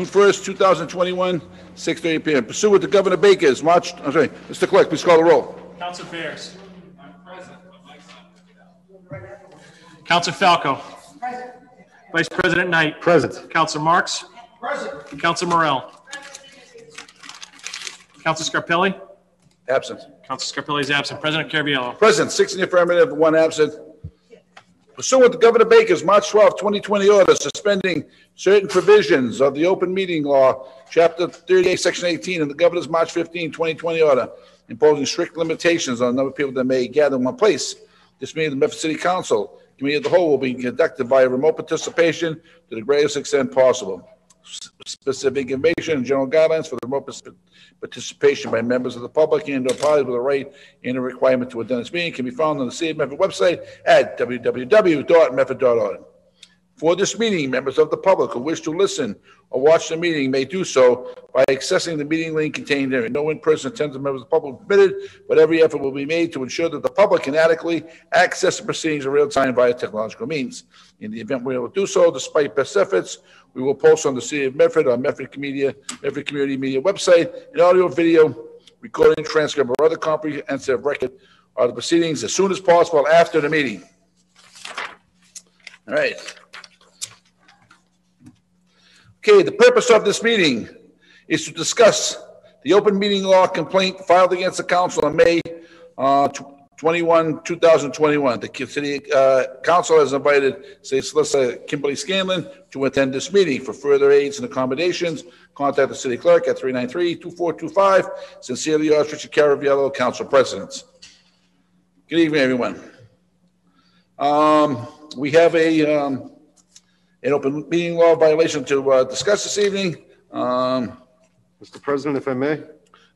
1st, 2021, 6:30 PM. Pursuant to Governor Baker's March, I'm sorry, Mr. Clerk, please call the roll. Council Bears. Council Falco. Vice President Knight. Present. Council Marks. Present. Council Morel. Council Scarpelli. Absent. Council Scarpelli is absent. President Caraviallo. Present, six in the affirmative, one absent. Pursuant to Governor Baker's March 12, 2020 order suspending certain provisions of the open meeting law, Chapter 38, Section 18, and the Governor's March 15, 2020 order, imposing strict limitations on the number of people that may gather in one place. This meeting of the Medford City Council, Committee of the Whole, will be conducted by remote participation to the greatest extent possible. S- Specific information and general guidelines for the remote particip- participation by members of the public and/or parties with a right and a requirement to attend this meeting can be found on the City of Medford website at www.medford.org. For this meeting, members of the public who wish to listen or watch the meeting may do so by accessing the meeting link contained therein. No in-person attendance of members of the public is permitted, but every effort will be made to ensure that the public can adequately access the proceedings in real time via technological means. In the event we will do so, despite best efforts, we will post on the City of Medford, on Medford Media, Medford Community Media website, an audio, video, recording, transcript, or other comprehensive record of the proceedings as soon as possible after the meeting. All right. Okay, the purpose of this meeting is to discuss the open meeting law complaint filed against the council on May uh, tw- 21, 2021. The ki- city uh, council has invited City Solicitor Kimberly Scanlon to attend this meeting. For further aids and accommodations, contact the city clerk at 393-2425. Sincerely yours, Richard Caraviallo, Council President. Good evening, everyone. Um, We have a um, an open meeting law violation to uh, discuss this evening. Um, Mr. President, if I may,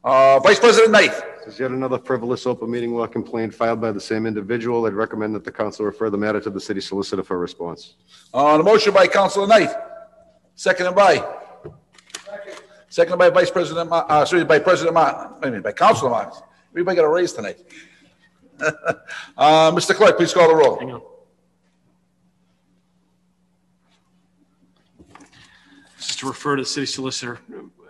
uh, Vice President Knight, there's yet another frivolous open meeting law complaint filed by the same individual. I'd recommend that the council refer the matter to the city solicitor for response. on a motion by Councilor Knight, seconded by, seconded by Vice President, Ma- uh, sorry, by President Martin, I mean, by Councilor Martin. Everybody got a raise tonight. Uh, Mr. Clerk, please call the roll. Hang on. This is to refer to the city solicitor.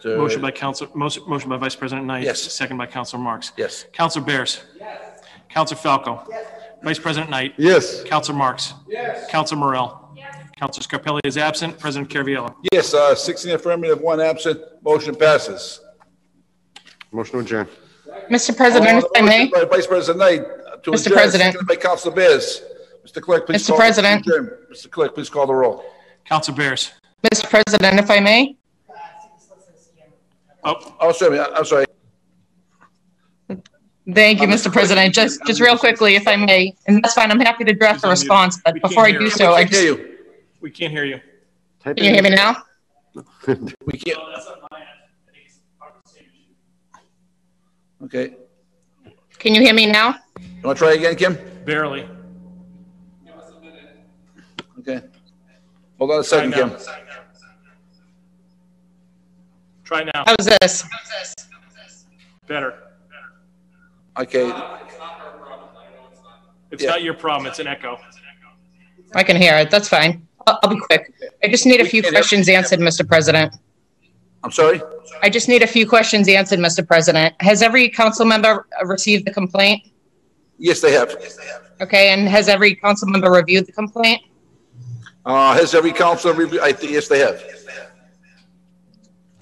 To- Motion by Council, motion motion by Vice President Knight. Yes. Second by Council Marks. Yes. Council Bears. Yes. Council Falco. Yes. Vice President Knight. Yes. Council Marks. Yes. Council Morel. Yes. Council Scarpelli is absent. President Caraviallo. Yes, uh, six in the affirmative, one absent, motion passes. Motion to adjourn. Mr. President, Oh, if I may, Motion by Vice President Knight uh, to Mr. adjourn, President. seconded by Councilor Bears. Mr. Clerk, please Mr. call. President. Mr. Clerk, please call the roll. Council Bears. Mr. President, if I may, Oh, Oh, sorry, I- I'm sorry. thank Uh, you, Um, Mr. Mr. President. Just, just real quickly, if I may, and that's fine, I'm happy to draft a Please unmute. response, We but can't before I hear do you. so, I I hear just, you. we can't hear you. Type can you hear me now? We can't, okay. You Can you hear me now? want to try again, Kim? Barely. Okay. Hold on a Try second, Kim. now. Try now. How's this? Better. Okay, It's Yeah. not your problem. It's an echo. I can hear it, that's fine. I'll, I'll be quick. I just need a few can- questions answered, Mr. President. I'm sorry? I just need a few questions answered, Mr. President. Has every council member uh, received the complaint? Yes, they have. Okay, and has every council member reviewed the complaint? Uh, has every council reviewed, I think, yes, they have.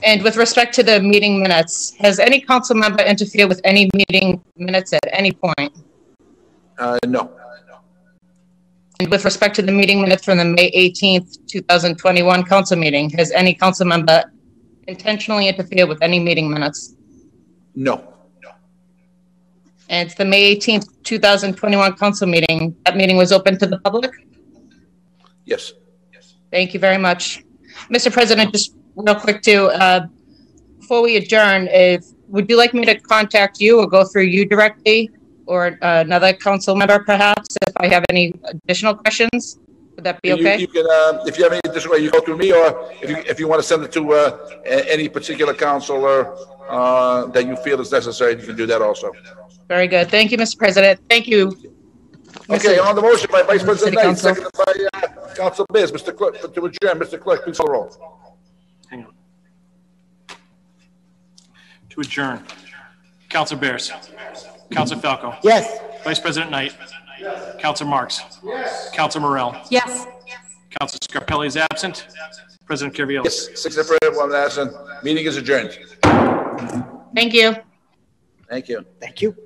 And with respect to the meeting minutes, has any council member interfered with any meeting minutes at any point? Uh, no. And with respect to the meeting minutes from the May 18th, 2021 council meeting, has any council member intentionally interfered with any meeting minutes? No. And it's the May 18th, 2021 council meeting. That meeting was open to the public? Yes. Thank you very much. Mr. President, just real quick too, uh, before we adjourn, if, would you like me to contact you or go through you directly? Or uh, another council member perhaps, if I have any additional questions? Would that be You- okay? You can, uh, if you have any additional, you go through me, or if you, if you want to send it to, uh, a- any particular counselor, uh, that you feel is necessary, you can do that also. Very good. Thank you, Mr. President. Thank you. Okay, on the motion by Vice President City Knight, Council. seconded by, uh, Council Biz, Mr. Clerk, to adjourn, Mr. Clerk, please call the roll. Hang on. to adjourn. Council Bears. Council Falco. Yes. Vice President Knight. Council Marks. Council Morrell. Yes. Council Scarpelli is absent. President Curriellis. Six in favor, one absent. Meeting is adjourned. Thank you. Thank you. Thank you.